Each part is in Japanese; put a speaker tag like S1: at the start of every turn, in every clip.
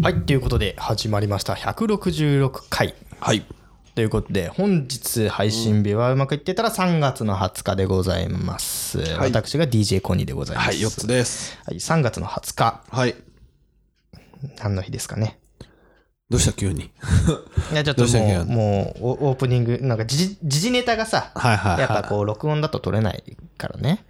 S1: はい、ということで始まりました166回
S2: はい。
S1: ということで本日配信日はうまくいってたら3月の20日でございます、
S2: い
S1: 私が DJ コニーでございます、
S2: はい、4つです。
S1: はい、3月の20日
S2: はい。
S1: 何の日ですかね
S2: どうした急に。
S1: いやちょっ
S2: ど
S1: と
S2: うしたっけ
S1: もうもうオオープニングなんか時事時事ネタがさ
S2: はいはいはい
S1: やっぱこう録音だと取れないからね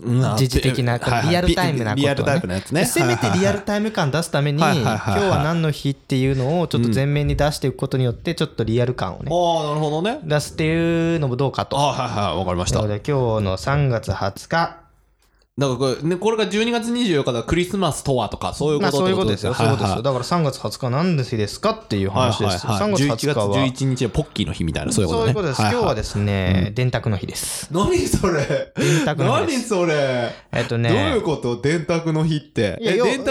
S2: うん
S1: 時事的な
S2: はいはい
S1: リアルタイムなことをね
S2: リアルタイムのやつね。
S1: せめてリア
S2: ル。
S1: ルタイム感出すために今
S2: はい
S1: 日
S2: はいはいはい
S1: は何の日っていうのをちょっと前面に出していくことによってちょっとリアル感をね
S2: ああ、なるほどね。
S1: 出すっていうのもどうか
S2: あ
S1: と
S2: あ、はいはい、わかりまし
S1: な
S2: た。
S1: の
S2: なんか
S1: で今日の3月20日
S2: これ、ね、これが12月24日だからクリスマスとはとか、そういう
S1: ま
S2: こ
S1: あ
S2: と
S1: そういうこと
S2: っ
S1: です
S2: て
S1: よ、
S2: こ
S1: そういうことですよ
S2: は
S1: だから3月20日は何の日ですかっていう話
S2: い
S1: で
S2: はい
S1: す、
S2: はいはい。
S1: 3月20
S2: 11月
S1: 日は
S2: 11日はポッキーの日みたいな、そういうこと
S1: そうい
S2: ね。
S1: うことです、今日はですね、電卓の日です
S2: 何それ
S1: 電卓の日です
S2: それ
S1: えっとね
S2: こと電卓の日って
S1: いやようん電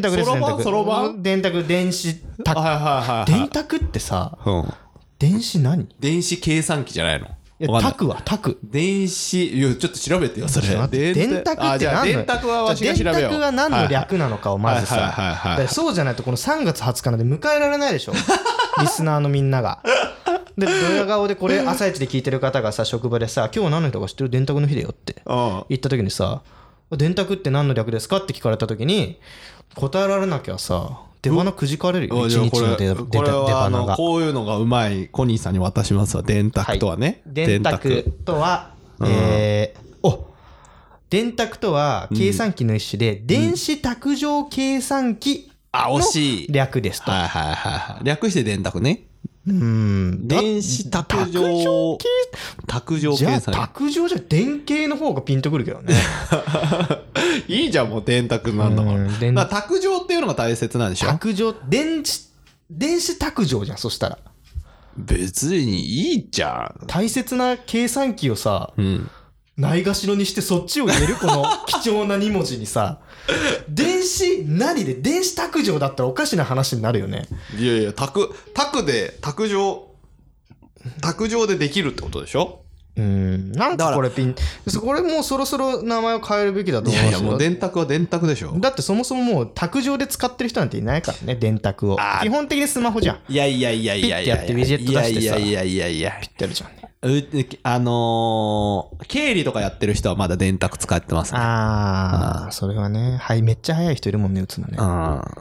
S1: 卓です
S2: そろば
S1: 電
S2: ん
S1: 卓
S2: そろばん
S1: うん電卓電子
S2: はいはいはいは
S1: 電
S2: い
S1: 卓ってさ
S2: うん。
S1: 電子何い
S2: 電子計算機じゃないの
S1: や
S2: わかんない
S1: 卓は卓
S2: 電子いやちょっと調べてよそれ
S1: ちょっと待って電卓
S2: あ
S1: って
S2: じゃあ
S1: 何の
S2: 電卓はわしが調べよう
S1: 電卓が何の
S2: はい
S1: 略なのかをまずさ、
S2: はいはいはいはい
S1: だからそうじゃないとこの3月20日なんて迎えられない でしょリスナーのみんなが。でドヤ顔でこれ朝一で聞いてる方がさ職場でさ「今日何の日とか知ってる電卓の日だよ」って
S2: はい
S1: 言った時にさ「電卓って何の略ですか?」って聞かれた時に答えられなきゃさ出花くじかれる
S2: うん
S1: よ
S2: あ
S1: 一
S2: じゃあこ
S1: 日の
S2: れ
S1: 出
S2: こ
S1: 出
S2: れ
S1: 出
S2: はあ
S1: 花
S2: の
S1: が。
S2: こういうのがうまいコニーさんに渡しますわ電卓とはね
S1: い電卓とは、えーお電卓とは計算機の一種で、電子卓上計算機
S2: あ惜しい
S1: 略ですと。
S2: はいはいはいはい略して電卓ね
S1: うんだ
S2: 電子卓
S1: 卓上
S2: 上卓上
S1: じゃ
S2: 計
S1: あ
S2: 算機
S1: 卓上じゃ電形の方がピンとくるけどね。
S2: いいじゃんもう電卓なんだか
S1: うん電
S2: らだから卓上っていうのが大切なんでしょ
S1: 卓上電子電子卓上じゃんそしたら
S2: 別にいいじゃん
S1: 大切な計算機をさ
S2: うん
S1: ないがしろにしてそっちを入れるこの貴重な2文字に さ電子何で電子卓上だったらおかしな話になるよね。
S2: いやいや卓卓で卓上卓上でできるってことでしょ
S1: うん、なん
S2: だか
S1: からこれピン、そこれもうそろそろ名前を変えるべきだと
S2: い
S1: 思うし
S2: やいやもう電卓は電卓でしょ
S1: だってそもそももう卓上で使ってる人なんていないからね、電卓を
S2: あ。ー
S1: 基本的にスマホじゃん。
S2: いやいやいやいやいや
S1: ピッてやってウィジェット出してさ
S2: いやいやいやいやい
S1: やるじゃんね。
S2: やうあのー経理とかやってる人はまだ電卓使ってますね
S1: あー、それはね。はい、めっちゃ早い人いるもんね、打つのね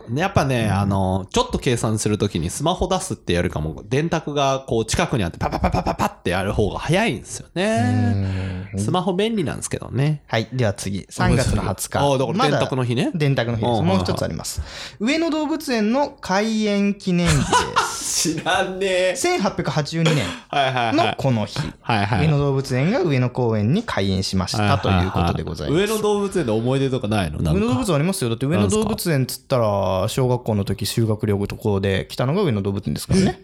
S2: う。ん、でやっぱね、あのーちょっと計算するときにスマホ出すってやるかも電卓がこう近くにあってパパパパパパってやる方が早いんですよねスマホ便利なんですけどね
S1: はい、では次、3月の20日。
S2: あーだから電卓の日ね
S1: まだ電卓の日で
S2: う
S1: す。
S2: ん
S1: もう一つあります。上野動物園の開園記念日
S2: 知らんねえ
S1: です。1882年
S2: はいはいは
S1: の
S2: い
S1: この日。
S2: はいはい
S1: 上野動物園が上野公園に開園しましたということでございます。
S2: 上野動物園で思い出とかないのなん
S1: 上
S2: か
S1: 野動物園ありますよ。だって上野動物園っつったら、小学校の時修学旅行とこで来たのが上野動物園ですからね。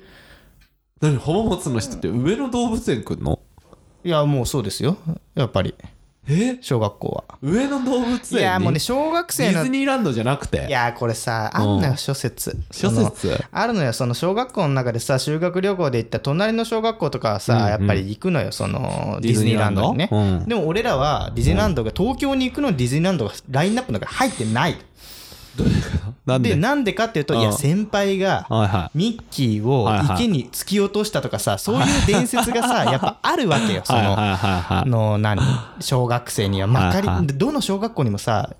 S2: 何浜松の人って上野動物園来んの
S1: いや、もうそうですよ。やっぱり、
S2: え
S1: 小学校は。
S2: 上野動物園
S1: いや、もうね、
S2: デ
S1: 小学生
S2: ィ
S1: の。
S2: ズ
S1: い
S2: ニーランドじゃなくて
S1: や、これさ、あんのよ、諸説。
S2: 諸
S1: その
S2: 説
S1: あるのよ、その小学校の中でさ、修学旅行で行った隣の小学校とかはさ、やっぱり行くのよ、そのディズニーランドにね。
S2: ディズニーランドうん
S1: でも俺らはディズニーランドが、東京に行くのにディズニーランドがラインナップの中に入ってない。
S2: なんで
S1: で、なんでかっていうと、いや、
S2: うん
S1: 先輩が、
S2: はいは
S1: ミッキーを池に突き落としたとかさ、そういう伝説が さ、やっぱあるわけよ、
S2: い
S1: そ
S2: はいはい
S1: の。
S2: はいはい
S1: の 何小学生にはまかり
S2: はいはい
S1: どの小学校にもさ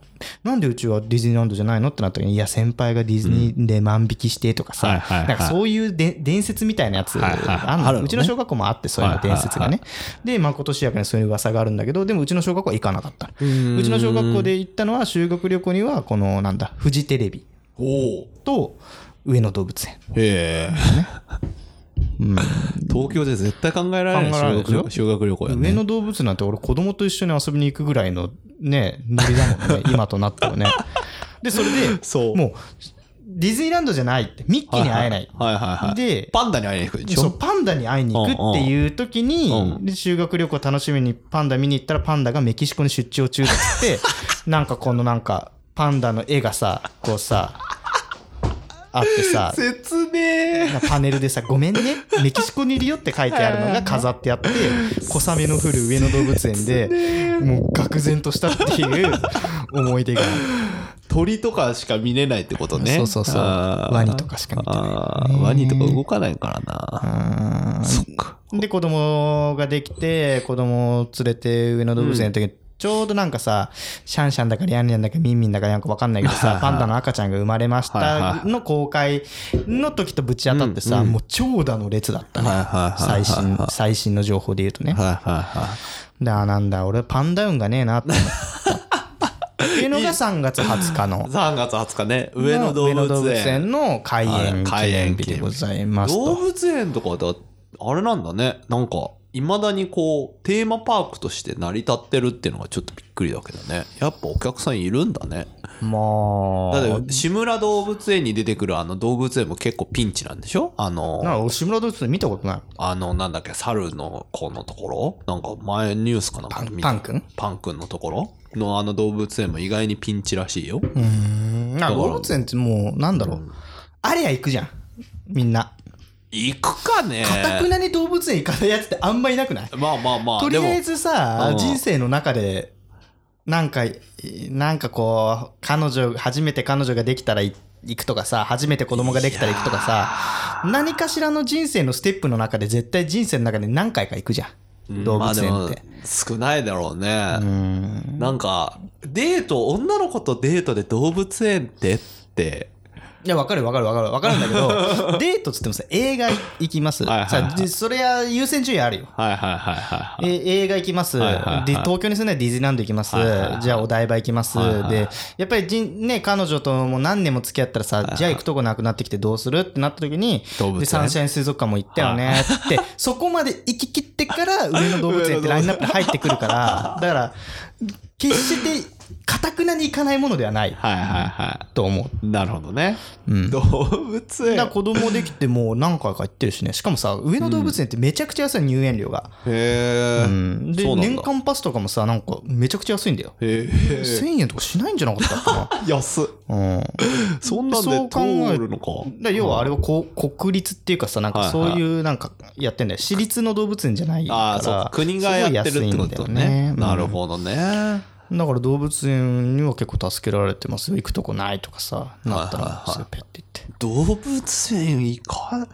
S1: なんでうちはディズニーランドじゃないのってなった時にいや先輩がディズニーで万引きしてとか
S2: はい
S1: さ
S2: はいはい
S1: なんかそういうで伝説みたいなやつ
S2: はいはいはい
S1: あんの
S2: あるのね
S1: うちの小学校もあってそういうの伝説がねでまことしやかにそういう噂があるんだけどでもうちの小学校は行かなかった
S2: ーん
S1: うちの小学校で行ったのは修学旅行にはこのなんだフジテレビ
S2: おお
S1: と上野動物園
S2: へえ東京で絶対考えられない
S1: 考えられないで
S2: 修
S1: しょ
S2: 学修学旅行や
S1: 上
S2: ね
S1: 野動物園なんて俺子供と一緒に遊びに行くぐらいのねノリだ もんね今となってはねでそれで
S2: そう
S1: もうディズニーランドじゃないってミッキーに会えない、
S2: はいはいはい
S1: で
S2: パンダに会いに行くでし
S1: そう
S2: ょ
S1: パンダに会いに行くっていう時に、
S2: うんう
S1: で修学旅行楽しみにパンダ見に行ったらパンダがメキシコに出張中だっつって なんかこのなんかパンダの絵がさこうさあってさ
S2: 説明
S1: パネルでさ「ごめんねメキシコにいるよ」って書いてあるのが飾ってあって小雨の降る上野動物園でもう愕然としたっていう思い出がある
S2: 鳥とかしか見れないってことね。
S1: そうそうそう
S2: あー
S1: ワニとかしか見てない
S2: あーワニとか動かないからな。
S1: うん
S2: そっか。
S1: で子供ができて子供を連れて上野動物園の時、ちょうどなんかさシャンシャンだかリャンリャンだかミンミンだかなんか分かんないけど
S2: はいは
S1: さ
S2: い
S1: パンダの赤ちゃんが生まれまし
S2: はい
S1: た
S2: は
S1: の公開の時とぶち当たってさ、
S2: うんうん
S1: もう長蛇の列だったね、
S2: はいはいはいはい
S1: 最新最新の情報で言うとね、
S2: はいはいは
S1: だからなんだ俺パンダ運がねえな って思った。っていうのが3月20日の
S2: い。3月20日ね、上野動
S1: 上野
S2: 物園。
S1: の開園
S2: はい
S1: 記
S2: 開
S1: 念
S2: 園
S1: 日
S2: 記念
S1: で
S2: 日
S1: ございます
S2: 動
S1: と。
S2: 物園とかだ、あれなんだね。なんか、いまだにこう、テーマパークとして成り立ってるっていうのがちょっとびっくりだけどね。やっぱお客さんいるんだね。
S1: まあ、
S2: だって、志村動物園に出てくるあの動物園も結構ピンチなんでしょあの、
S1: なんか志村動物園見たことない。
S2: あの、なんだっけ、猿の子のところなんか前ニュースかなんか
S1: パ
S2: で
S1: ン
S2: 見
S1: パ
S2: た
S1: ン君
S2: パン君のところのあの動物園も意外にピンチらしいよ。
S1: うーん。なんか動物園ってもう、なんだろう。あれや行くじゃん。みんな。
S2: 行くかね
S1: かたくなに動物園行かないやつってあんまいなくない
S2: まあまあまあ、
S1: とり
S2: でも
S1: あえずさ
S2: う、ん
S1: 人生の中で、なんか、なんかこう、彼女、初めて彼女ができたらい行くとかさ、初めて子供ができたら行くとかさ、何かしらの人生のステップの中で絶対人生の中で何回か行くじゃん。動物園って
S2: まあで。も少ないだろうね。
S1: うん。
S2: なんか、デート、女の子とデートで動物園ってって、
S1: いや、わかるわかるわかるわかるんだけ ど、デートっつってもさ、映画行きます。
S2: はいはいはい
S1: さじそれは優先順位あるよ。
S2: はいはいはいはいはい。
S1: え映画行きます、
S2: はいはいはい
S1: で東京に住んでディズニーランド行きます、
S2: はいはいはい
S1: じゃあお台場行きます、
S2: はいはいはい
S1: でやっぱりじん、ね、彼女ともう何年も付き合ったらさ、
S2: はい
S1: じゃあ行くとこなくなってきてどうするってなった時に
S2: 動物園
S1: でサンシャイン水族館も行ったよねって、そこまで行き切ってから上野動物園ってラインナップ入ってくる からだから決してかたくなに行かないものではない
S2: はいはいは
S1: と思う。
S2: い。なるほどね。
S1: うん
S2: 動物
S1: だ
S2: 園
S1: から。子供できてもう何回か行ってるしねしかもさ上野動物園ってめちゃくちゃ安い入園料が、う
S2: へ
S1: ん
S2: ー。
S1: で
S2: そうなん
S1: 年
S2: だ。
S1: 間パスとかもさなんかめちゃくちゃ安いんだよ
S2: へー。
S1: 1000円とかしないんじゃなかったか
S2: 安っ。
S1: な、うん、だか
S2: そんなんで
S1: そう考え
S2: 通るのから
S1: 要はあれはこう国立っていうかさなんか
S2: はい
S1: そ
S2: はいう
S1: いうなんかやってんだよ私立の動物園じゃないから
S2: ああ、そうか。国がやってるってこ
S1: すご
S2: と
S1: い安いんだよ
S2: ね。なる
S1: ど、
S2: ほどね。
S1: うんだから動物園には結構助けられてますよ行くとこないとかさなった
S2: はい
S1: ら
S2: はいはい
S1: すぐペッて行って
S2: 動物園行か、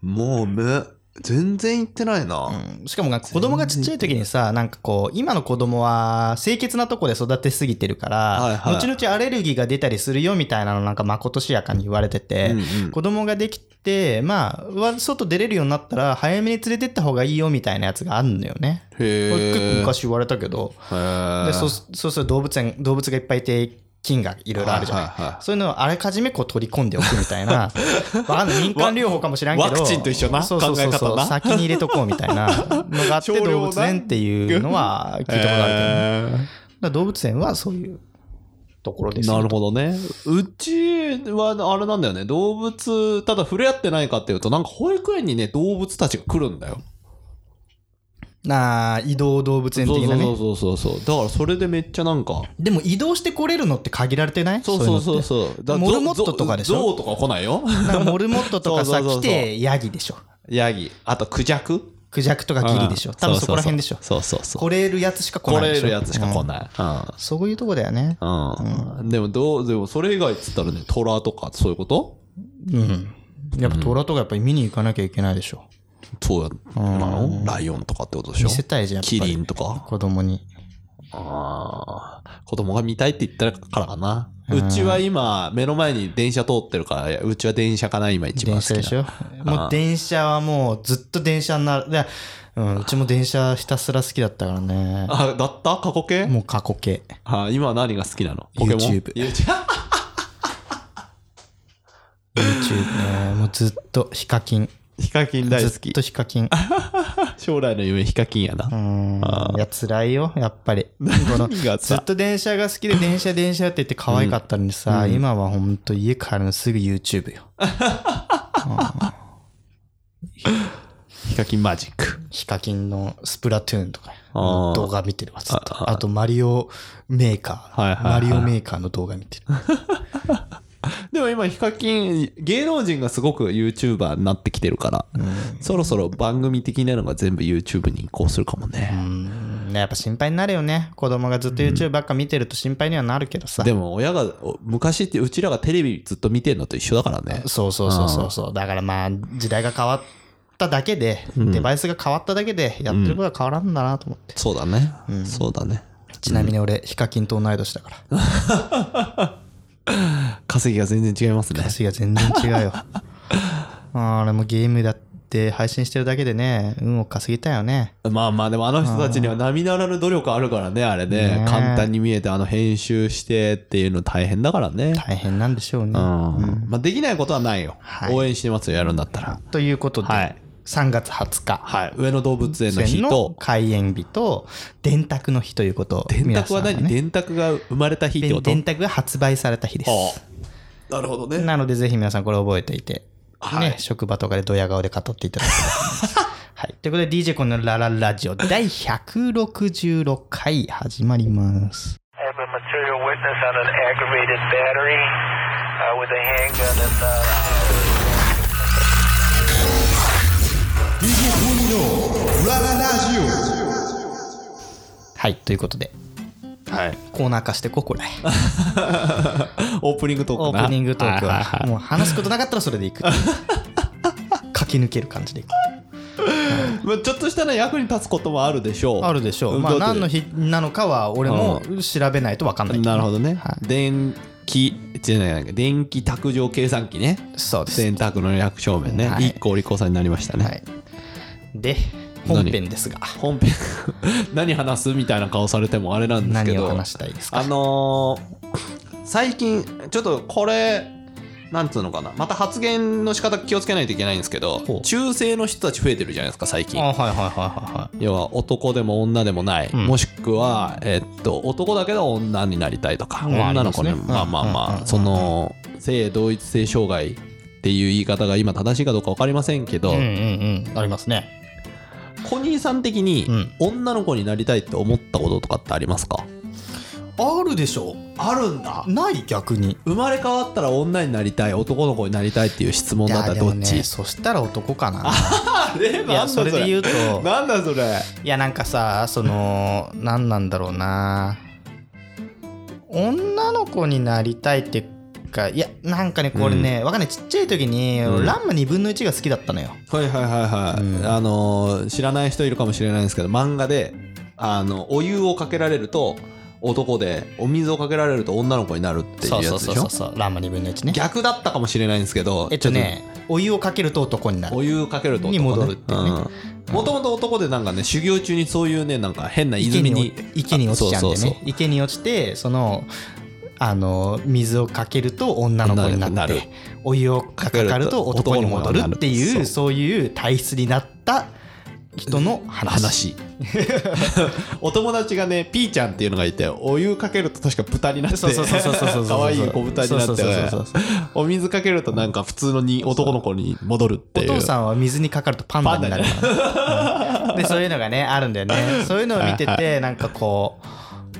S2: もうね、全然行ってないな。
S1: うんしかもなんか子供がちっちゃい時にさなんかこう今の子供は清潔なとこで育てすぎてるから、
S2: はいはい
S1: 後々アレルギーが出たりするよみたいなのなんかまことしやかに言われてて、
S2: うんうん
S1: 子供ができてまあわ外出れるようになったら早めに連れてった方がいいよみたいなやつがあるのよね。
S2: へ
S1: これ結構
S2: え。
S1: 昔言われたけど、でそうそうすると動物園動物がいっぱいいて菌がいろいろあるじゃない、
S2: はいはいはい
S1: そういうのをあらかじめこう取り込んでおくみたいなわ かんない民間療法かもしれんけど
S2: ワワクチンと一緒な
S1: そうそうそうそう
S2: 考え方な
S1: 先に入れとこうみたいなのがあって
S2: 少量な
S1: 動物園っていうのは聞いたことあるけど、ね
S2: へー
S1: だから動物園はそういうところですよ
S2: なるほどね。うちは、あれなんだよね。動物、ただ触れ合ってないかっていうと、なんか保育園にね、動物たちが来るんだよ。
S1: なあ移動動物園的なね
S2: そうそうそうそうそう。だからそれでめっちゃなんか、
S1: でも移動してこれるのって限られてない
S2: そうそうそう
S1: う
S2: そう。
S1: のってモルモットとかでしょ
S2: ゾウとか来ない
S1: い
S2: よ。
S1: うのってなんかモルモットとかさ
S2: そうそうそうそう
S1: 来て ヤギでしょ
S2: ヤギ。あとクジャク
S1: クジャクとかギリでしょ多分そこら辺でしょ
S2: そうそうそう。
S1: 来れるやつしか来
S2: 来
S1: ないで
S2: れ
S1: しょ
S2: るやつしか来
S1: うん
S2: ない。うん
S1: そういうとこだよね
S2: うん、でもどう、でもそれ以外っつったらね、トラとかそういうこと
S1: うんやっぱ虎とかやっぱり見に行かなきゃいけないでしょ
S2: そうやなのライオンとかってことでしょ
S1: 見せたいじゃんやっぱり
S2: キリンとか
S1: 子供に
S2: ああ。子供が見たいって言ったからかな。うちは今、目の前に電車通ってるから、うちは電車かな、今一番
S1: 電
S2: 好き
S1: 車
S2: な。
S1: でしょもう電車はもうずっと電車になるでうんうちも電車ひたすら好きだったからね
S2: あ、だった過去形
S1: もう過去形
S2: あ今は何が好きなのポケモン
S1: YouTube
S2: YouTube
S1: YouTube ねもうずっとヒカキン
S2: ヒカキン大好
S1: ずっ
S2: き
S1: と。ヒカキン
S2: 将来の夢ヒカキンやな
S1: う。んいや辛いよやっぱりこ の
S2: 何が
S1: ずっ
S2: さ、
S1: と電車が好きで電車電車って言って可愛かったのにさ、今はほんと家帰るのすぐ YouTube よ
S2: ヒカキンマジック。
S1: ヒカキンのスプラトゥーンとか
S2: あー
S1: 動画見てるわずっと
S2: あ
S1: あとマリオメーカー、
S2: はいはいはい
S1: マリオメーカーの動画見てる
S2: でも今、ヒカキン、芸能人がすごく YouTuber になってきてるから、そろそろ番組的なのが全部 YouTube に移行するかもね。
S1: うんね、やっぱ心配になるよね。子供がずっと YouTube ばっか見てると心配にはなるけどさ。
S2: でも親が、お昔ってうちらがテレビずっと見てんのと一緒だからね。
S1: そうそうそうそうそう。だからまあ、時代が変わっただけで、デバイスが変わっただけで、やってることは変わらんだなと思って。
S2: そうだね。そうだね。
S1: ちなみに俺、ヒカキンと同い年だから。
S2: 稼ぎが全然違いますね。
S1: 話が全然違う よ。あれもゲームだって配信してるだけでね、運を稼ぎたいよね。
S2: まあまあでもあの人たちには並々ならぬ努力あるからね、あれね
S1: ね。え
S2: 簡単に見えてあの編集してっていうの大変だからね。
S1: 大変なんでしょうね。
S2: うん。まあできないことはないよ。
S1: はい
S2: 応援してますよ、やるんだったら。
S1: ということで、
S2: はい
S1: 3月20日。
S2: はい。上野動物園の日
S1: 線の
S2: と、
S1: 開園日と電卓の日ということを
S2: 電
S1: 皆
S2: 卓
S1: さ
S2: は
S1: んね
S2: 何電卓が生まれた日ってこと
S1: 電卓が発売された日で
S2: あ
S1: す
S2: あなるほどね。
S1: なのでぜひ皆さんこれ覚えていて、
S2: はい
S1: ね、職場とかでドヤ顔で語っていただければと思い ます、はい、ということで DJ コンのラララジオ第166回始まります
S3: I have a material witness on an aggravated battery uh, with a handgun and. Uh
S4: DJ トミーのラララジオ
S1: はいということで
S2: はい。
S1: コーナー化してここれ
S2: オープニングトー
S1: オ
S2: クな
S1: ープニングトーク
S2: いい
S1: はいもう話すことなかったらそれでいく駆け抜ける感じでいく
S2: まあちょっとしたら役に立つこともあるでしょ う。
S1: あるでしょう、まあ、
S2: だって
S1: 何の日なのかは俺も調べないと分かんない
S2: なるほどね。
S1: は
S2: 電気、じゃない、電気卓上計算機ね。
S1: そうです
S2: 電卓の略称名ね。
S1: はい
S2: 一個お利口さんになりましたね。
S1: はい、で本編ですが
S2: 本編、 何話すみたいな顔されてもあれなんですけ
S1: 何
S2: ど。
S1: を話したいですか
S2: あのー最近、ちょっとこれ、なんつうのかな。また発言の仕方気をつけないといけないんですけど
S1: ほう、
S2: 中性の人たち増えてるじゃないですか、最近。
S1: あはいはいはいはいはい
S2: 要は男でも女でもない、
S1: ん
S2: もしくは、えっと男だけど女になりたいとか、
S1: うん
S2: 女の子ね
S1: ありますね
S2: まあまあ
S1: うん
S2: ま
S1: うんう
S2: あ
S1: ん
S2: その性同一性障害っていう言い方が今正しいかどうか分かりませんけど、
S1: うんうんうんありますね
S2: コニーさん的に
S1: うん
S2: 女の子になりたいって思ったこととかってありますか
S1: あるでしょ
S2: あるんだ
S1: ない逆に
S2: 生まれ変わったら女になりたい男の子になりたいっていう質問だったら
S1: で
S2: ど
S1: も
S2: っち、
S1: ねそしたら男かな
S2: あれ
S1: いやそれで言うと
S2: なんだそれ
S1: いやなんかさその何なんだろうな女の子になりたいってかいやなんかねこれね、わかんないちっちゃい時に、
S2: うん
S1: ランマ2分の1が好きだったのよ
S2: はいはいはいはい、
S1: うん
S2: あのー知らない人いるかもしれないんですけど漫画であのお湯をかけられると男でお水をかけられると女の子になるっていうやつでしょ
S1: そうランマ2分の1ね
S2: 逆だったかもしれないんですけど
S1: えっとねお湯をかけると男にな
S2: ちょっと
S1: る
S2: お湯をかけると男、ね、
S1: に戻るっていうね
S2: もともと男でなんかね修行中にそういうねなんか変な泉に
S1: 池に落ちちゃうんでね
S2: そうそうそう
S1: 池に落ちてそのあの水をかけると女の子になって
S2: なる
S1: お湯をかかると男に戻るっていう
S2: そう
S1: そういう体質になった人の話
S2: 話 お友達がねピーちゃんっていうのがいてお湯かけると確か豚になって
S1: そうそうそうそうそうそうそう
S2: 可愛い子豚にな
S1: そ
S2: っ
S1: うそうそうそう
S2: てお水かけるとなんか普通のに男の子に戻るって
S1: お
S2: いう
S1: 父さんは水にかかるとパンダになるから、 うんでそういうのがねあるんだよねそういうのを見て
S2: はい
S1: てなんかこう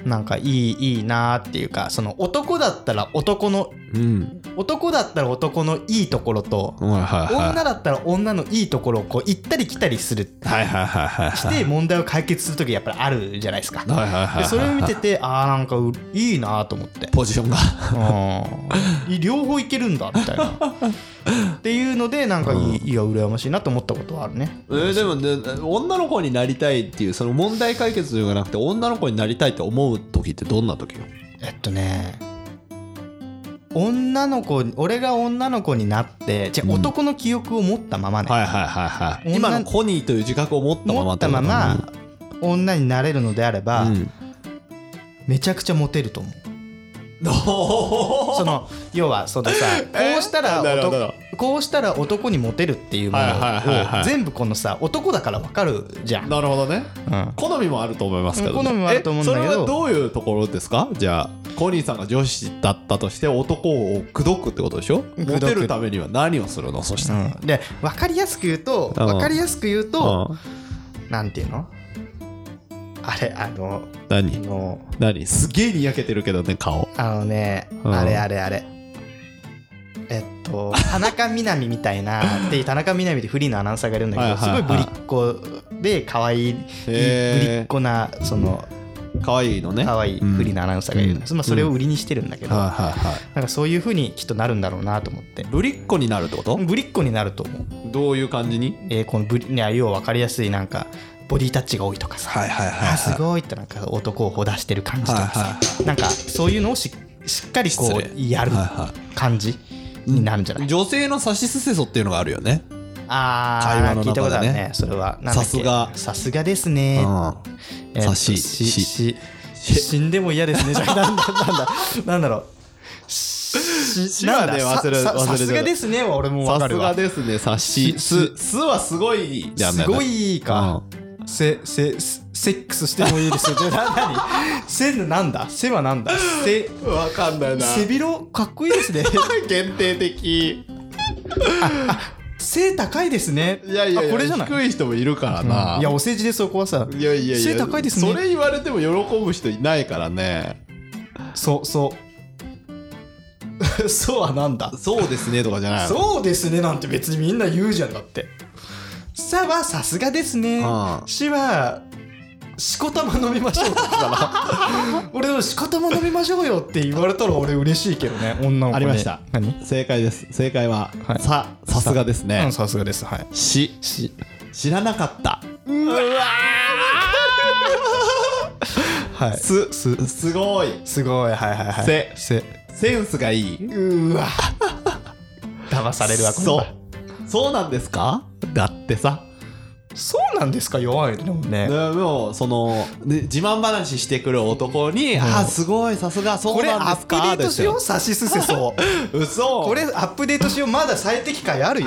S1: なんかいいいいなっていうかその男だったら男の
S2: うん
S1: 男だったら男のいいところと
S2: はいはい
S1: 女
S2: は
S1: だったら女のいいところをこう行ったり来たりする
S2: いはいはいはいはい
S1: し
S2: は
S1: て問題を解決する時やっぱりあるじゃないですか
S2: いはいはいはい
S1: でそれを見ててああなんかういいなと思って
S2: ポジションが
S1: うんい両方いけるんだみたい なっていうのでなんかいいいや羨ましいなと思ったことはあるね
S2: えーでもね女の子になりたいっていうその問題解決ではなくて女の子になりたいって思う時ってどんな時よ
S1: えっとね女の子に俺が女の子になってじゃあ
S2: うん
S1: 男の記憶を持ったままね、
S2: はいはいはいはい
S1: 女
S2: 今のコニーという自覚を持ったまま
S1: 持
S2: っ
S1: ってた
S2: こと
S1: ま
S2: だね
S1: ま女になれるのであれば、
S2: うん
S1: めちゃくちゃモテると思うその要はそのさ こうしたら
S2: なるほど
S1: 男こうしたら男にモテるっていうもの
S2: はいはいはいは
S1: を
S2: い
S1: 全部このさ男だから分かるじゃん。
S2: なるほどね
S1: うん
S2: 好みもあると思いますけど、
S1: 好みもあると思うんだけど
S2: えそれはどういうところですかじゃあコニーさんが女子だったとして男を口説くってことでしょ
S1: 口説
S2: モ
S1: く
S2: テるためには何をするのそしたら、
S1: うんで分かりやすく言うと
S2: うん
S1: 分かりやすく言うと
S2: うん
S1: なんていうのあれあのあ
S2: 何
S1: の
S2: 何すげえにやけてるけどね顔
S1: あのね
S2: うん
S1: あれあれあれえっと、田中みな実みたいな、 で、田中みな実でフリーのアナウンサーがいるんだけ
S2: はい
S1: ど、
S2: は
S1: す
S2: いは
S1: ごいぶ
S2: い
S1: りっ子で、可愛い、ぶ
S2: へー
S1: りっ子な、その、
S2: 可愛いのね。
S1: 可愛いフリーのアナウンサーがいるんです。
S2: うん
S1: まあ、それを売りにしてるんだけど、
S2: はい
S1: な
S2: はいはい。
S1: んかそういうふうにきっとなるんだろうなと思って。
S2: ぶりっ子になるってこと
S1: ぶりっ子になると思う。
S2: どういう感じに
S1: えーこのぶり、ね、要は分かりやすい、なんか、ボディタッチが多いとかさ。
S2: はいはいはいはい
S1: あすごいってなんか男をほだしてる感じとかさ、
S2: はいは
S1: なんかそういうのをししっかりこ
S2: 失
S1: うやる
S2: はいは
S1: 感じになるんじゃない、
S2: 女性の差しすせそっていうのがあるよね。
S1: あー
S2: 会話の
S1: 聞いたこと
S2: 中
S1: あ
S2: でね
S1: るねそれはなんだっけ
S2: さすが
S1: さすがです
S2: う
S1: ね、
S2: ん。
S1: えっと
S2: さし
S1: し
S2: し
S1: し死んでも嫌 ですねじゃあなんだなんだなんだろうし
S2: しはね
S1: なんだ
S2: 忘れ
S1: ささ
S2: 忘れて
S1: さ
S2: る
S1: すがですねは俺もわ
S2: さ
S1: か
S2: す
S1: る
S2: が
S1: わ
S2: ですね、差しす。すはすごいなんだ
S1: す
S2: よね。
S1: ごいか、せせせセックスしてもいいですよじゃあ何 せなんだせはなんだせ
S2: うん。わかんないな。
S1: 背広かっこいいですね
S2: 限定的。
S1: 背高いですね
S2: いやいやい
S1: あ
S2: や、
S1: これじゃない、
S2: 低い人もいるからな。
S1: いやお世辞でそこはさ
S2: いやいやいや
S1: 背高いですね
S2: それ言われても喜ぶ人いないからね
S1: そうそう。 そうはなんだ。
S2: そうですねとかじゃないの
S1: そうですねなんて別にみんな言うじゃんだって。さはさすがですね
S2: うん。
S1: しは、しこたま飲みましょうだから。俺のしこたま飲みましょうよって言われたら俺嬉しいけどね、女の子に。
S2: ありました
S1: 何
S2: 正解です正解は、
S1: はい
S2: ささすがです
S1: う
S2: ね
S1: ん、さすがです。はい。
S2: し
S1: し、
S2: 知らなかった
S1: はい。
S2: すすすごい
S1: すごい、はいはいはい。
S2: せ
S1: せ。
S2: センスがいいう
S1: わ。騙されるわ、これ
S2: そ
S1: は。
S2: うそうなんですかだってさ
S1: そうなんですか、弱いのもね
S2: で。もうそのね自慢話してくる男に「あーすごいさすがそ
S1: こ
S2: う
S1: れ
S2: な
S1: ア
S2: ん
S1: ッ
S2: です
S1: プデ
S2: か」
S1: ート
S2: です
S1: しよ
S2: よ
S1: う、さしすせそう。
S2: 嘘
S1: これアップデートしようまだ最適解 あるよ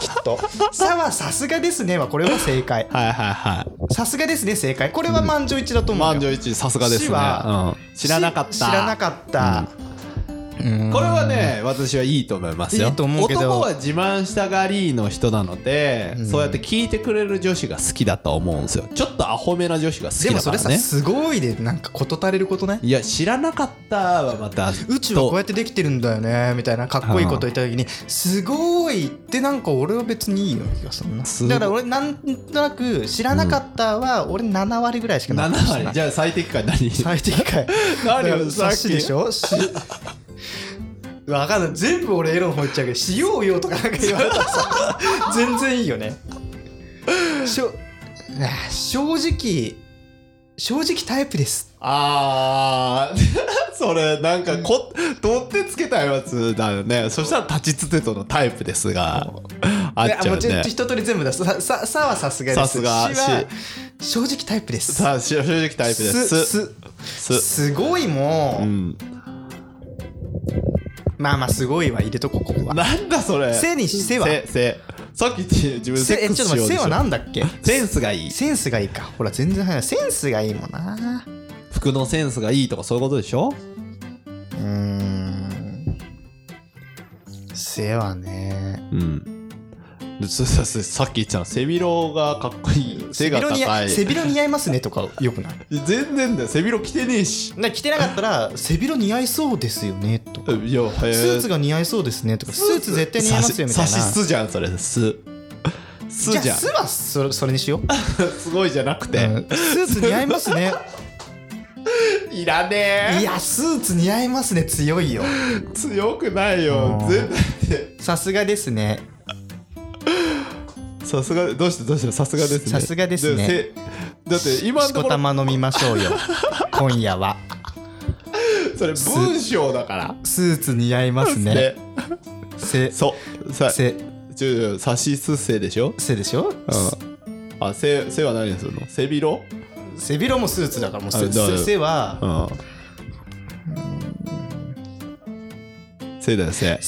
S1: きっと「さ」は「さすがですね」はこれは正解
S2: はいはいはい
S1: 「さすがですね」正解これは満場一致だと思うよ
S2: 満場一致さすがです
S1: し
S2: ね、
S1: は
S2: うん知らなかった
S1: し知らなかった、うん
S2: これはね私はいいと思いますよ
S1: いいと思うけど
S2: 男は自慢したがりの人なので、
S1: うん
S2: そうやって聞いてくれる女子が好きだと思うんですよちょっとアホめな女子が好
S1: で
S2: き
S1: も
S2: だ
S1: そ
S2: か
S1: れ
S2: ら
S1: さ、
S2: ね
S1: すごいでなんか事足れることね
S2: いや知らなかったはまた
S1: 宇宙はこうやっ
S2: と
S1: てできてるんだよねみたいなかっこいいこと言った時に「すごい!」ってなんか俺は別にいいような気がするな
S2: すごい
S1: だから俺なんとなく「知らなかった」は俺7割ぐらいしかなかった
S2: 7割じゃあ最適化何
S1: 最適 解
S2: 何をさっ
S1: 察しで
S2: き
S1: し ょしわかんない全部俺エロの方行っちゃうけど「しようよ」とかなんか言われたらさ全然いいよねしょあー正直正直タイプです
S2: あー それなんかこ取ってつけたやつだよねそしたら立ちつてとのタイプですがあっ
S1: で
S2: ちゃ
S1: も
S2: う
S1: うちょ
S2: ね
S1: 一通り全部出すさささはさすがです
S2: さすが
S1: しは正直タイプです
S2: さあ正直タイプです
S1: す
S2: す
S1: すすごいも、
S2: うんん
S1: まあまあすごいは入れとこうここは
S2: なんだそれ
S1: せにしせは
S2: せ、せ。さっき自分
S1: せ
S2: セ
S1: え
S2: ック
S1: ちょ
S2: ス
S1: っ
S2: し
S1: と待ってせ
S2: ようでしょ
S1: はなんだっけ
S2: センスがいい。
S1: センスがいいか。ほら、全然入らない。センスがいいもんな。
S2: 服のセンスがいいとかそういうことでしょ
S1: うーん。背はね。
S2: うん。でそさささっき言ってたの、背広がかっこいい。背が
S1: 広に
S2: 高
S1: 合
S2: い。
S1: 背広似合いますねとかよくない
S2: 全然だよ、背広着てねえし。
S1: な着てなかったら、背広似合いそうですよねとか。
S2: いや、へえ
S1: スーツが似合いそうですねとか。スーツ絶対似合いますよみたいな。
S2: さしすじゃん、それ。す。す
S1: じゃあ、
S2: じゃん。
S1: スはそれそれにしよう。うん
S2: すごいじゃなく
S1: ス
S2: て。
S1: ーツ似合いますね。
S2: いらね え。
S1: いや、スーツ似合いますね。強いよ。
S2: 強くないよ。
S1: うん
S2: 全然。
S1: さすがですね。
S2: さすが、どうしてどうしてさすがですね。
S1: さすがですね
S2: せ。だって今の
S1: し
S2: と
S1: こ
S2: ころ
S1: たま飲みましょう よ。今夜は。
S2: それ文章だから。
S1: スーツ似合いますね。
S2: で
S1: せ、
S2: そう。さ、
S1: せ、
S2: ちょ、さしすせでしょ
S1: せでしょ
S2: うん。あ、せ、せは何するの背広
S1: 背広もスーツだからもう
S2: あ
S1: せ
S2: だから
S1: せ背は
S2: うん。せだよ、せ。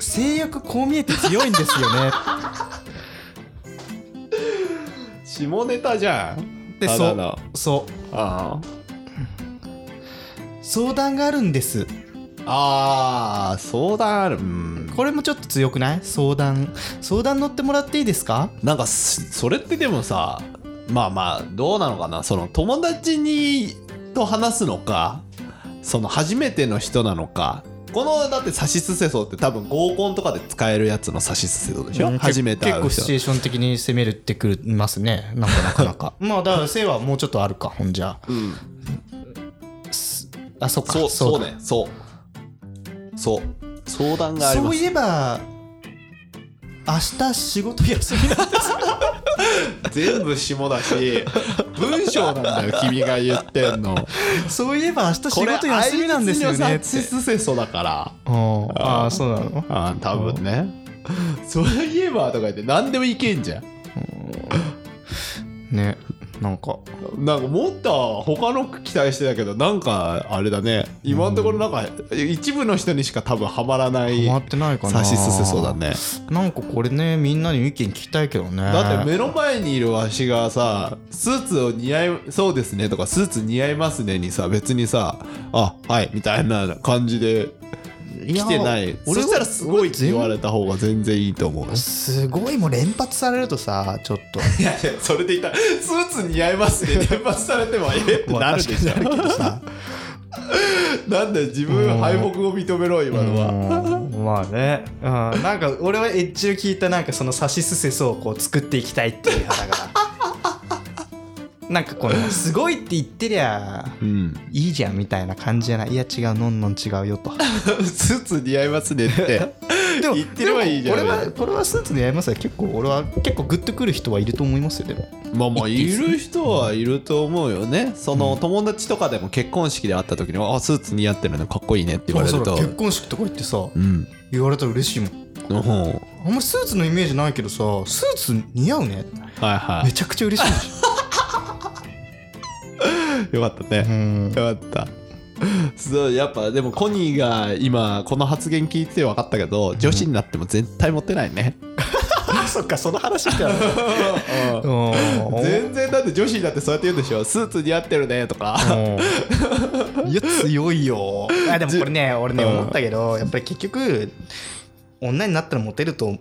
S1: 性欲こう見えて強いんですよ ね
S2: 下ネタじゃん。
S1: で
S2: た
S1: そ
S2: だ
S1: う
S2: の
S1: そう
S2: あ
S1: 相談があるんです
S2: ーあー、相談ある。うん。
S1: これもちょっと強くない相談相談乗ってもらっていいですか
S2: なんか、すそれってでもさ、まあまあ、どうなのかな。その、友達に、と話すのか、その、初めての人なのか、このだってサシスセソって多分合コンとかで使えるやつのサシスセソでしょ、
S1: うん
S2: 初めて会
S1: 結
S2: う
S1: 構シチュエ
S2: 人
S1: ーション的に攻めるってくるますねなんかなかなか まあだから性はもうちょっとあるかほんじゃ
S2: うん
S1: あそっか
S2: そうそう
S1: だ
S2: ねそうそう相談があり
S1: そ
S2: ま
S1: う
S2: す
S1: いえば明日仕事休みなん です
S2: 全部下だし文章なんだよ君が言ってんの
S1: そういえば明日仕
S2: これ
S1: 事休みなんですよ
S2: あ
S1: ね
S2: い
S1: っ
S2: つ
S1: て
S2: にサシスセソだから
S1: うんああそうなの
S2: あ 多分ねそういえばとか言って何でもいけんじゃん
S1: ねなんか
S2: なんかもっと他の期待してたけどなんかあれだね今のところなんか一部の人にしか多分ハマらない
S1: 回ってないかな
S2: 差し進せそうだね
S1: なんかこれねみんなに意見聞きたいけどね
S2: だって目の前にいるわしがさスーツを似合いそうですねとかスーツ似合いますねにさ別にさあはいみたいな感じで来てない
S1: や
S2: そしたらすごいって言われた方が全然いいと思う
S1: すごいもう連発されるとさちょっと
S2: いやいやそれでいたスーツ似合います ね連発されてもえってなるでしょ
S1: まあ確かになるけどさ
S2: なんで自分敗北を認めろ今のは。
S1: うんまあね、うん、なんか俺はエッジを聞いたなんかその指しすせそうをこう作っていきたいっていう派 だからなんかこのすごいって言ってりゃ
S2: うん、
S1: いいじゃんみたいな感じじゃないいや違うのんのん違うよと
S2: スーツ似合いますね って
S1: でも
S2: 言ってればいいじゃん
S1: でも俺はこれはスーツでやりますよ結構俺は結構グッとくる人はいると思いますよでも
S2: まあまあいる人はいると思うよねその友達とかでも結婚式で会った時に「あスーツ似合ってるねかっこいいね」って言われると
S1: 結婚式とか行ってさ
S2: うん
S1: 言われたら嬉しいもん
S2: うんはい
S1: あんまりスーツのイメージないけどさスーツ似合うね
S2: は
S1: めちゃくちゃ嬉しいで し
S2: い よかったね
S1: ょうん
S2: よかったそうやっぱでもコニーが今この発言聞いて分かったけど女子になっても絶対モテないね、
S1: あ そっかその話ってある
S2: うん 全然だって女子にだってそうやって言うでしょスーツ似合ってるねとか
S1: いや強いよあでもこれね俺ね
S2: うん
S1: 思ったけどやっぱり結局女になったらモテると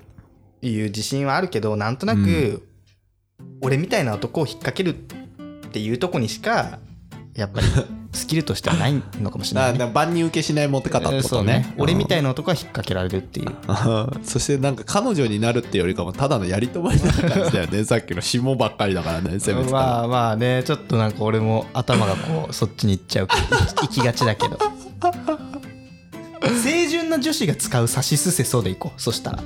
S1: いう自信はあるけどなんとなく、
S2: うん
S1: 俺みたいな男を引っ掛けるっていうとこにしかやっぱりスキルとしてはないのかもしれな、
S2: ない
S1: ね
S2: な万人受けしないモテ方って
S1: えー
S2: こ
S1: そ
S2: と
S1: う
S2: ね
S1: ね俺み
S2: い
S1: たいな男は引っ掛けられるっていう
S2: そしてなんか彼女になるってよりかもただのやりとまりな感じだ よねさっきの霜ばっかりだからねせめてたら
S1: まあまあねちょっとなんか俺も頭がこうそっちに行っちゃう行きがちだけど清純な女子が使う「さしすせそう」でいこうそしたら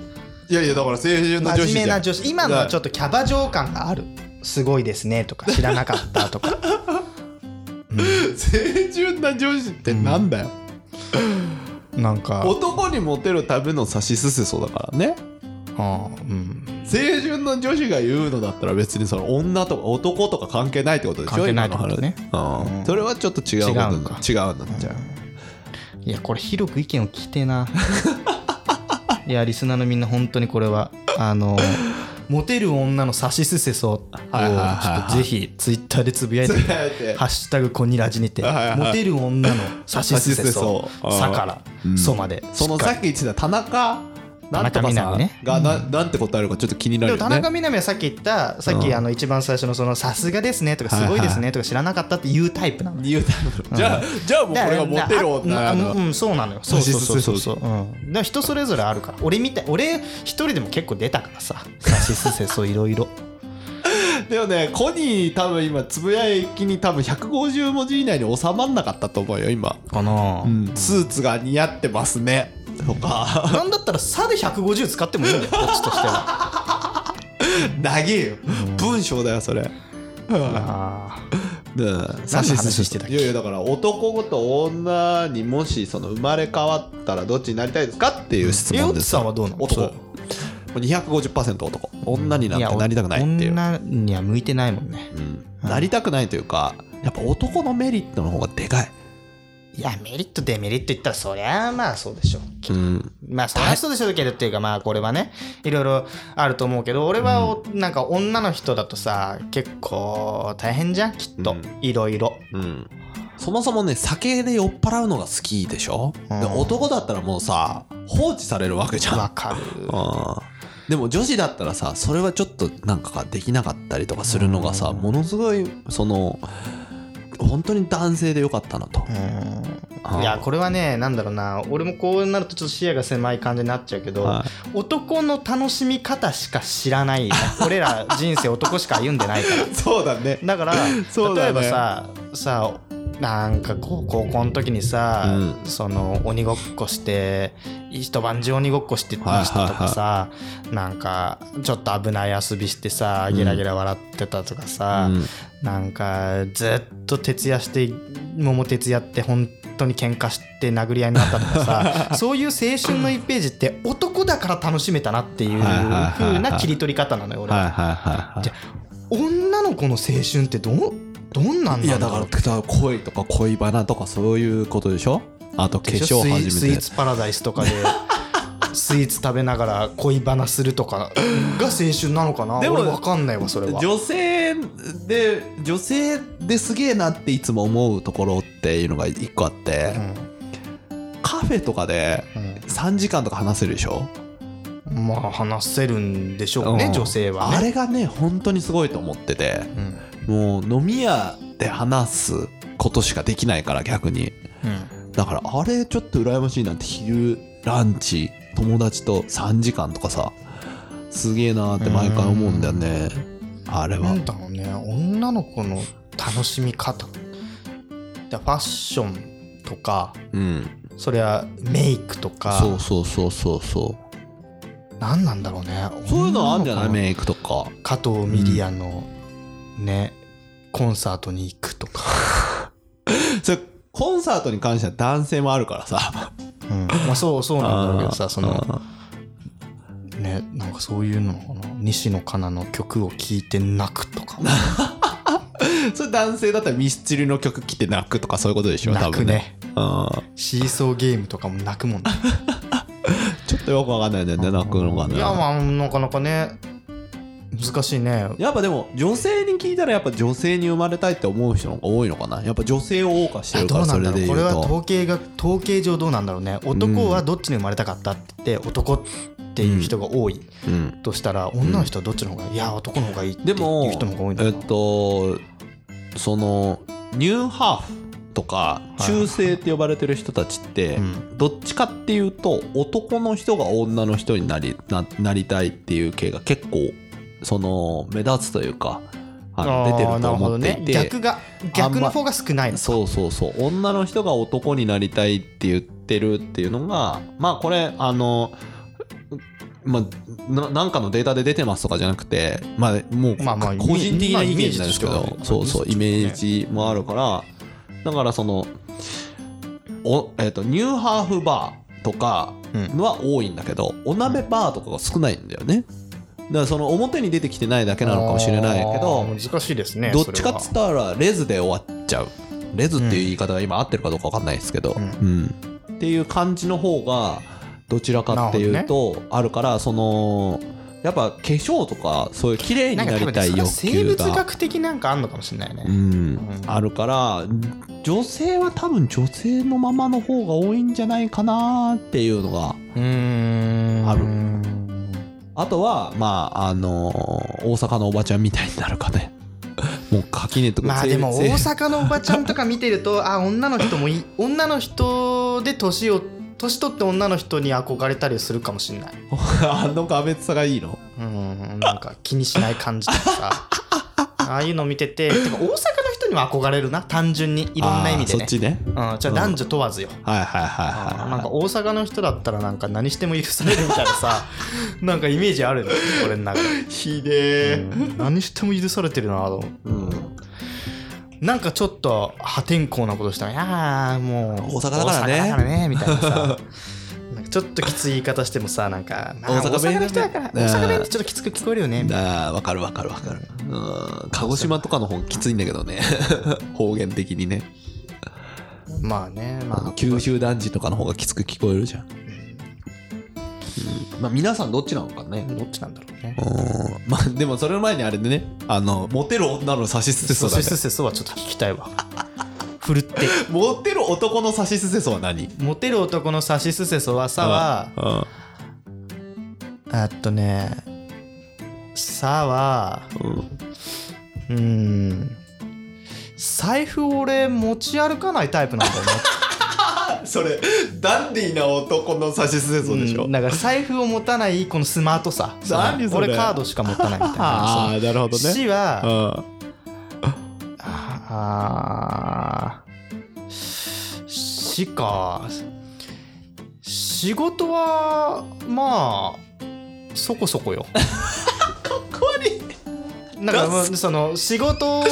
S2: いやいやだから青春の
S1: 真
S2: 女子
S1: 面
S2: じ
S1: 目
S2: ゃ
S1: なん女子今のはちょっとキャバ嬢感があるすごいですねとか知らなかったとか
S2: 清純な女子ってなんだよ、
S1: なんか
S2: 男にモテるための差しすせそだからね
S1: あーうん
S2: 清純の女子が言うのだったら別にその女とか男とか関係ないってことでしょ
S1: 関係ないってことね
S2: 今の話うん
S1: うん
S2: それはちょっと違うこと
S1: 違うのか
S2: 違うのじゃ
S1: いやこれ広く意見を聞いてえ ないやリスナーのみんな本当にこれはあの モテる女の指しすせそうをちょ
S2: はいはいはいはい
S1: っとぜひツイッターでつぶやいて
S2: つぶやいて
S1: ハッシュタグコニラジにて
S2: はいはい
S1: モテる女 の指しすせそ
S2: 指しすせそう
S1: う
S2: あー
S1: さから
S2: うん
S1: そまで
S2: その
S1: しっか
S2: さっ
S1: り
S2: き言ってた田中なん
S1: 田
S2: とか
S1: 中み
S2: さ
S1: な実
S2: ん
S1: ね
S2: がな,、なんて答えるかちょっと気になる
S1: で
S2: よ
S1: も
S2: ね
S1: 田中みな実はさっき言ったさっ
S2: う
S1: き
S2: ん
S1: あの一番最初のそのさすがですねとか
S2: はい
S1: す
S2: はい
S1: ごいですねとか知らなかったっていうタイプなの
S2: ニュータイプじゃあ、じゃあもうこれがモテる
S1: だ
S2: 女
S1: からな
S2: なの
S1: うんうんそうなのよそうそうそうそうそう、うん、だから人それぞれあるから俺みたい俺一人でも結構出たからささしすせそういろいろ
S2: でもねコニー多分今つぶやきに多分150文字以内に収まんなかったと思うよ今、
S1: かな、
S2: スーツが似合ってますねとか
S1: なんだったら「さ」で150使ってもいいんだよこっちとしては
S2: 長えよ、文章だよそれ
S1: あ
S2: うん
S1: 何の話してたっけ
S2: いやいやだから男と女にもしその生まれ変わったらどっちになりたいですかっていう質
S1: え
S2: 問
S1: お
S2: で
S1: つ
S2: す
S1: さんはどうなの
S2: 男
S1: そう
S2: もう250%男女に
S1: ー
S2: なんてなりたくないっていう
S1: や女には向いてないもんね
S2: うんなりたくないというかやっぱ男のメリットの方がでかい、
S1: いやメリットデメリット言ったらそりゃあまあそうでしょ
S2: うん、
S1: まあそりゃそうでしょうけどっていうかまあこれはねいろいろあると思うけど俺はおなんか女の人だとさ結構大変じゃんきっ
S2: う
S1: と
S2: ん
S1: いろいろ
S2: うん、そもそもね酒で酔っ払うのが好きでしょ、
S1: うん
S2: で男だったらもうさ放置されるわけじゃん、
S1: わか る
S2: うんでも女子だったらさそれはちょっとなんかができなかったりとかするのがさ、
S1: うん
S2: ものすごいその本当に男性でよかったなと。あー
S1: いやこれはねなんだろうな俺もこうなるとちょっと視野が狭い感じになっちゃうけど、
S2: は
S1: 男の楽しみ方しか知らない俺ら人生男しか歩んでないから
S2: そうだね。
S1: だから
S2: そうだ
S1: 例え
S2: ね
S1: ばささなんかこう高校の時にさ、
S2: う
S1: その鬼ごっこして一晩中鬼ごっこしてましたとかさ、なんかちょっと危ない遊びしてさゲラゲラ笑ってたとかさ、
S2: うん
S1: なんかずっと徹夜して桃徹夜って本当に喧嘩して殴り合いになったとかさ そういう青春の1ページって男だから楽しめたなっていう
S2: はいはいはいはい
S1: 風な切り取り方なのよ俺は、
S2: はいはいはいはい。
S1: じゃ女の子の青春ってどんどんなんなん
S2: いやだからだから恋とか恋バナとかそういうことでしょあと化
S1: でしょ
S2: 粧
S1: スイ
S2: 始
S1: スイー
S2: めて
S1: ツパラダイスとかでスイーツ食べながら恋バナするとかが青春なのかな
S2: でも
S1: 俺わかんないわそれは
S2: 女性で女性ですげえなっていつも思うところっていうのが一個あって、カフェとかで
S1: うん
S2: 3時間とか話せるでしょ、
S1: うんまあ話せるんでしょうね、
S2: うん
S1: 女性はね
S2: あれがね本当にすごいと思ってて
S1: うん
S2: もう飲み屋で話すことしかできないから逆に
S1: うん
S2: だからあれちょっと羨ましいなって昼ランチ友達と3時間とかさすげえなーって毎回思うんだよねあれは
S1: なんだろうね女の子の楽しみ方だファッションとか
S2: うん
S1: それはメイクと
S2: そ
S1: か
S2: うそうそうそうそう
S1: 何なんだろうね
S2: そういうのあんじゃ
S1: 女の
S2: ない
S1: 子の
S2: メイクとか
S1: 加藤ミリアのねコンサートに行くとか、
S2: それコンサートに関しては男性もあるからさ
S1: うんまあ、そうそうなんだろうけど
S2: あ
S1: さ
S2: ー
S1: そのねなんかそういうのかな西野カナの曲を聴いて泣くとか
S2: それ男性だったらミスチルの曲来て泣くとかそういうことでし ょ多
S1: 泣く
S2: 分
S1: ね
S2: うん
S1: シーソーゲームとかも泣くもんね
S2: ちょっとよくわかんないんだよね泣くのがね
S1: いやまあなかなかね難しいね
S2: やっぱでも女性に聞いたらやっぱ女性に生まれたいって思う人の方が多いのかなやっぱ女性を謳歌してるか
S1: どう
S2: ら
S1: な
S2: そ
S1: んだ
S2: れ
S1: ろ
S2: で
S1: う
S2: 言
S1: こ
S2: う
S1: れは
S2: と
S1: 統計が統計上どうなんだろうね男はどっちに生まれたかったって言って男っていう人が多い
S2: うん
S1: としたら女の人はどっちの方がいいいや男の方がいいってい
S2: で
S1: う
S2: も
S1: 人の方が多いの
S2: え
S1: か
S2: っ
S1: な
S2: とそのニューハーフとか
S1: い
S2: 中性って呼ばれてる人たちって
S1: うん
S2: どっちかっていうと男の人が女の人になりななりたいっていう系が結構その目立つというかあの
S1: あー
S2: 出てる
S1: な
S2: と
S1: るほ
S2: 思
S1: ど
S2: ってい
S1: ね
S2: て
S1: 逆が逆の方が少ないの
S2: そうそうそう女の人が男になりたいって言ってるっていうのがまあこれあのまあななんかのデータで出てますとかじゃなくてまあもう
S1: まあまあ
S2: 個人的な
S1: イメージ
S2: 意見なんですけ
S1: まあイ
S2: ど
S1: メージとしてはね
S2: そうそうイメージもあるからだからそのおえっとニューハーフバーとかは多いんだけどお鍋バーとかが少ないんだよねだからその表に出てきてないだけなのかもしれないけど
S1: あー難しいですね
S2: どっちかっ
S1: そ
S2: つっ
S1: れは
S2: たらレズで終わっちゃうレズっていう言い方が今合ってるかどうか分かんないですけど、
S1: う
S2: うんんっていう感じの方がどちらかっていうとあるからそのやっぱ化粧とかそういう綺麗に
S1: な
S2: な
S1: か多
S2: んり
S1: 分
S2: たい
S1: ねそれ
S2: 欲
S1: は生
S2: 求
S1: 物
S2: が、
S1: 学的なんかあんのかもしれないね
S2: うん
S1: うん、
S2: あるから女性は多分女性のままの方が多いんじゃないかなっていうのが
S1: うーん
S2: あるあとはまああの大阪のおばちゃんみたいになるかね もう垣根とか
S1: まあでも
S2: 全
S1: 大
S2: 然
S1: 阪のおばちゃんとか見てるとあ女の人もいい女の人で年を年取って女の人に憧れたりするかもしれない
S2: あの画別さがいいの
S1: うんなんか気にしない感じとか さああいうの見てててか大阪の人にも憧れるな単純にいろんな意味でね
S2: あーそっちね
S1: うん、じゃあ男女問わずよ、
S2: はいはいはいはい
S1: なんか大阪の人だったらなんか何しても許されるみたいな さなんかイメージあるんだよ俺の中で、
S2: ひで
S1: うん何しても許されてるなと思って
S2: うん、
S1: なんかちょっと破天荒なことしたら「いやーもう
S2: 大阪だからね
S1: 大阪だからね」みたいな さなんかちょっときつい言い方してもさなんか「まあ
S2: 大阪弁
S1: の人だから
S2: だね
S1: 大阪弁ってちょっときつく聞こえるよね」みたい
S2: ああわかるわかるわかるうん鹿児島とかの方きついんだけどね 方言的にね
S1: なまあねま
S2: あの
S1: あ
S2: 九州男児とかの方がきつく聞こえるじゃん、うんまあ皆さんどっちなのかね
S1: どっちなんだろうね
S2: うんまあでもそれの前にあれでねあのモテる女の差しすせ
S1: そ
S2: そうだ
S1: せ
S2: ね
S1: そせそうはちょっと聞きたいわふるって
S2: モテる男の差しすせそは何
S1: モテる男のさしすせそはさは
S2: は
S1: えっとねさは
S2: う
S1: うー
S2: ん
S1: ん財布俺持ち歩かないタイプなんだよね
S2: それダンディーな男の指しす せそうでしょ、
S1: うんだから財布を持たないこのスマートさ
S2: 何それ
S1: 俺カードしか持たないみたいな
S2: あ あなるほどね
S1: 死は、
S2: うん
S1: あーしか仕事はまあそこそこ よなんかもうその仕事を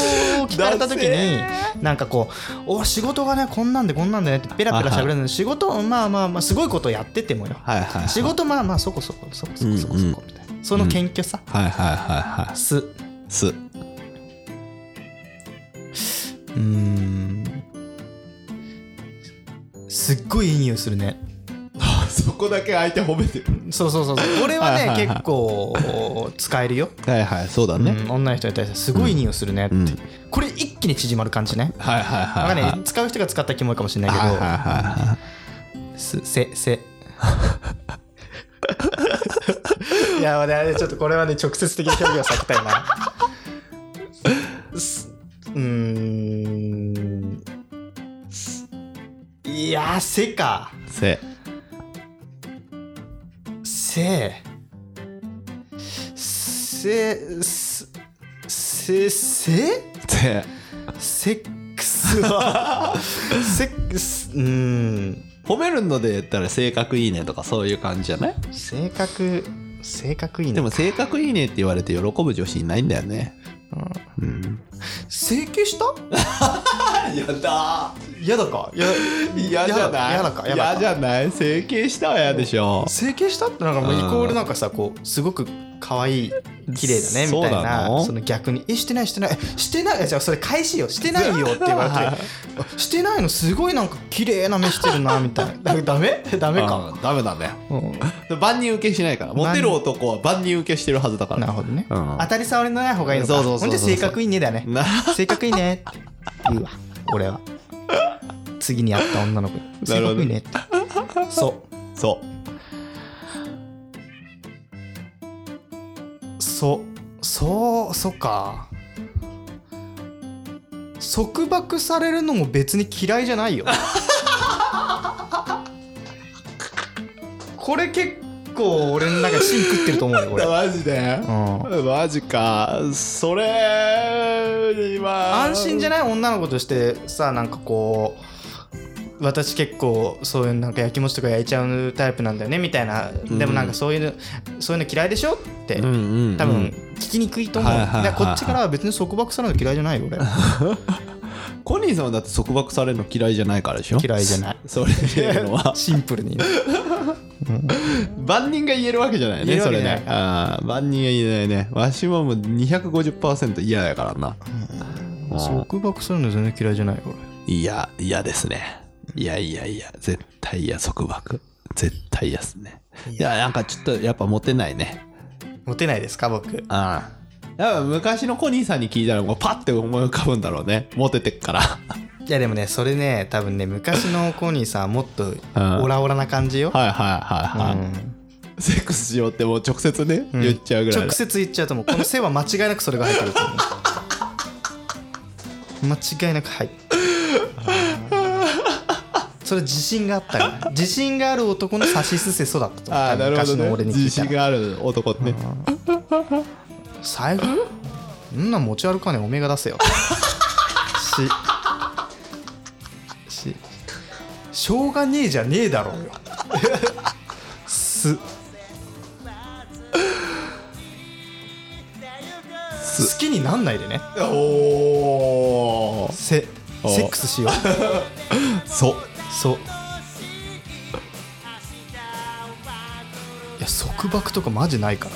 S1: 聞かれた時
S2: だ
S1: になんかこう「お仕事がねこんなんでこんなんでね」ってペラペラしゃべるのに仕事まあまあまあすごいことやっててもよ
S2: はいはいはい
S1: 仕事まあまあそこそこそこそこそこそこみたいなその謙虚さ
S2: はいはいはいは
S1: す
S2: いす
S1: うーんすっごいいい匂いするね
S2: そこだけ相手褒めてる
S1: そうそうそうそう俺はね
S2: はいはいはい
S1: 結構使えるよ、
S2: はいはいそうだね、
S1: うん女の人に対してすごいいい匂いするねって、
S2: うん
S1: これ一気に縮まる感じね
S2: はいはい
S1: わ
S2: は
S1: か
S2: い
S1: ん
S2: はい
S1: ない使う人が使ったキモいかもしれないけど、
S2: はいはいはいはい
S1: すせ せいや俺あれちょっとこれはね直接的な表現を避けたい なすうーんいやーせか
S2: せ
S1: せせせせせ
S2: せ
S1: セックスはセックスうーん
S2: 褒めるので言ったら性格いいねとかそういう感じじゃない
S1: 性格性格いい
S2: で
S1: ね
S2: も性格いいねって言われて喜ぶ女子いないんだよねうん
S1: 整形した
S2: やだ
S1: 嫌だかいや
S2: 嫌じゃない
S1: 嫌だか嫌だか
S2: 嫌じゃない整形したは嫌でしょ
S1: 整形したってなんかもうイコールなんかさこうすごく可愛い綺麗だねみたい
S2: そうな
S1: な
S2: の
S1: その逆に「えしてないしてないえしてないえじゃあそれ返しよしてないよ」って言われてあ「してないのすごいなんか綺麗な目してるな」み たいなだダメ ダメか、
S2: うんダメだね
S1: うん
S2: 万人受けしないからモテる男は万人受けしてるはずだから
S1: なるほどね、
S2: うん
S1: 当たり障りのない方がいいのか
S2: そうそうそうそう
S1: ほんじゃ性格いいねだよね
S2: な
S1: 性格いいねって言うわ俺は次に会った女の子に
S2: な
S1: 性
S2: るほど
S1: 格いいねってそ
S2: そう
S1: そそうそっか束縛されるのも別に嫌いじゃないよこれ結構俺の中で芯食ってると思うよ
S2: う
S1: 俺
S2: マジで
S1: う
S2: マジかそれ今
S1: 安心じゃ
S2: ない
S1: ない女の子としてさなんかこう私結構そういうなんか焼き餅とか焼いちゃうタイプなんだよねみたいな、
S2: ん
S1: でもなんかそういうのそういうの嫌いでしょって、
S2: うんうんうん
S1: 多分聞きにくいと思う、
S2: はいはいはいはい
S1: だからこっちからは別に束縛されるの嫌いじゃないよ俺
S2: コニーさんはだって束縛されるの嫌いじゃないからでしょ
S1: 嫌いじゃない
S2: それっていう のは
S1: シンプルに
S2: 万人が言えるわけじゃない
S1: 言え
S2: ね
S1: るわ
S2: そ
S1: け
S2: れ
S1: じゃない
S2: ねあー万人が言えないねわしはもう250%嫌やからなうん
S1: 束縛するの全然嫌いじゃないよ俺
S2: いや嫌ですねいやいやいや絶対嫌束縛絶対嫌っすねいやなんかちょっとやっぱモテないね
S1: モテないですか僕
S2: うんやっぱ昔のコニーさんに聞いたらもうパッて思い浮かぶんだろうねモテてっから
S1: いやでもねそれね多分ね昔のコニーさんはもっと
S2: ん
S1: オラオラな感じよ、
S2: はいはいはいはい、セックスしようってもう直接ね、
S1: ん
S2: 言っちゃうぐらい
S1: 直接言っちゃうと思うこの線は間違いなくそれが入ってると思う間違いなく入 ってるそれ自信があったから自信がある男の指しすせそうだったと思う
S2: ああなるほ
S1: 昔の
S2: ど
S1: 俺
S2: ね
S1: に聞
S2: 自
S1: いた
S2: 信
S1: ら
S2: がある男ってね
S1: 財布そんなん持ち歩かねえおめえが出せよしししょうがねえじゃねえだろうよす好きになんないでね
S2: おお
S1: せ
S2: お
S1: セックスしよう
S2: そう
S1: そういや束縛とかマジないから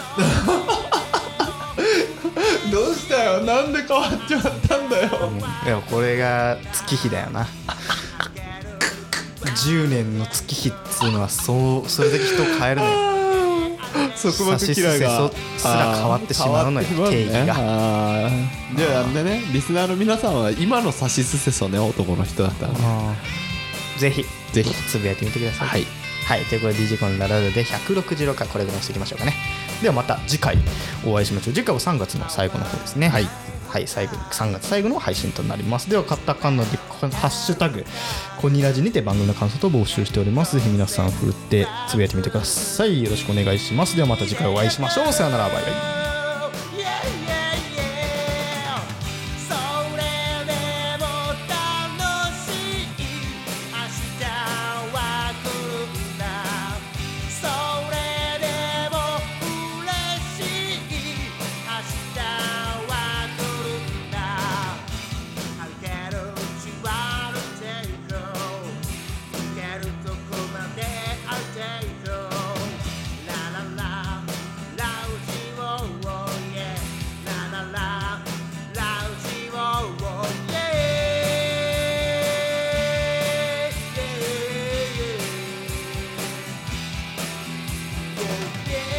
S2: どうしたよなんで変わっちまったんだよ
S1: いやこれが月日だよな10年の月日っつうのはそうそれだけ人を変えるのよ差
S2: 束縛嫌いが
S1: しすせそすら変わってしまうのよ
S2: あー変わってしまう
S1: 定義
S2: ね
S1: が
S2: あーじゃあなんでねリスナーの皆さんは今の差しすせそね男の人だったらね
S1: ぜひ
S2: ぜひ
S1: つぶやいてみてください
S2: はい、
S1: はい、ということで DJ コンラララで166回これぐらいにしていきましょうかねではまた次回お会いしましょう次回は3月の最後の方ですねはい、はい、最後、3月最後の配信となります。では、カタカナで、ハッシュタグ、コニラジにて番組の感想と募集しております。ぜひ皆さん、振るってつぶやいてみてください。よろしくお願いします。では、また次回お会いしましょう。さよなら、バイバイ。
S5: Yeah, yeah, yeah それでも楽しい明日は来るんだそれでも嬉しい明日は来るんだ歩けるうちは歩いていこう行けるとこまで歩いていこうララララウジをおいえララララウジをおいえ Yeah, yeah, yeah. Oh, yeah.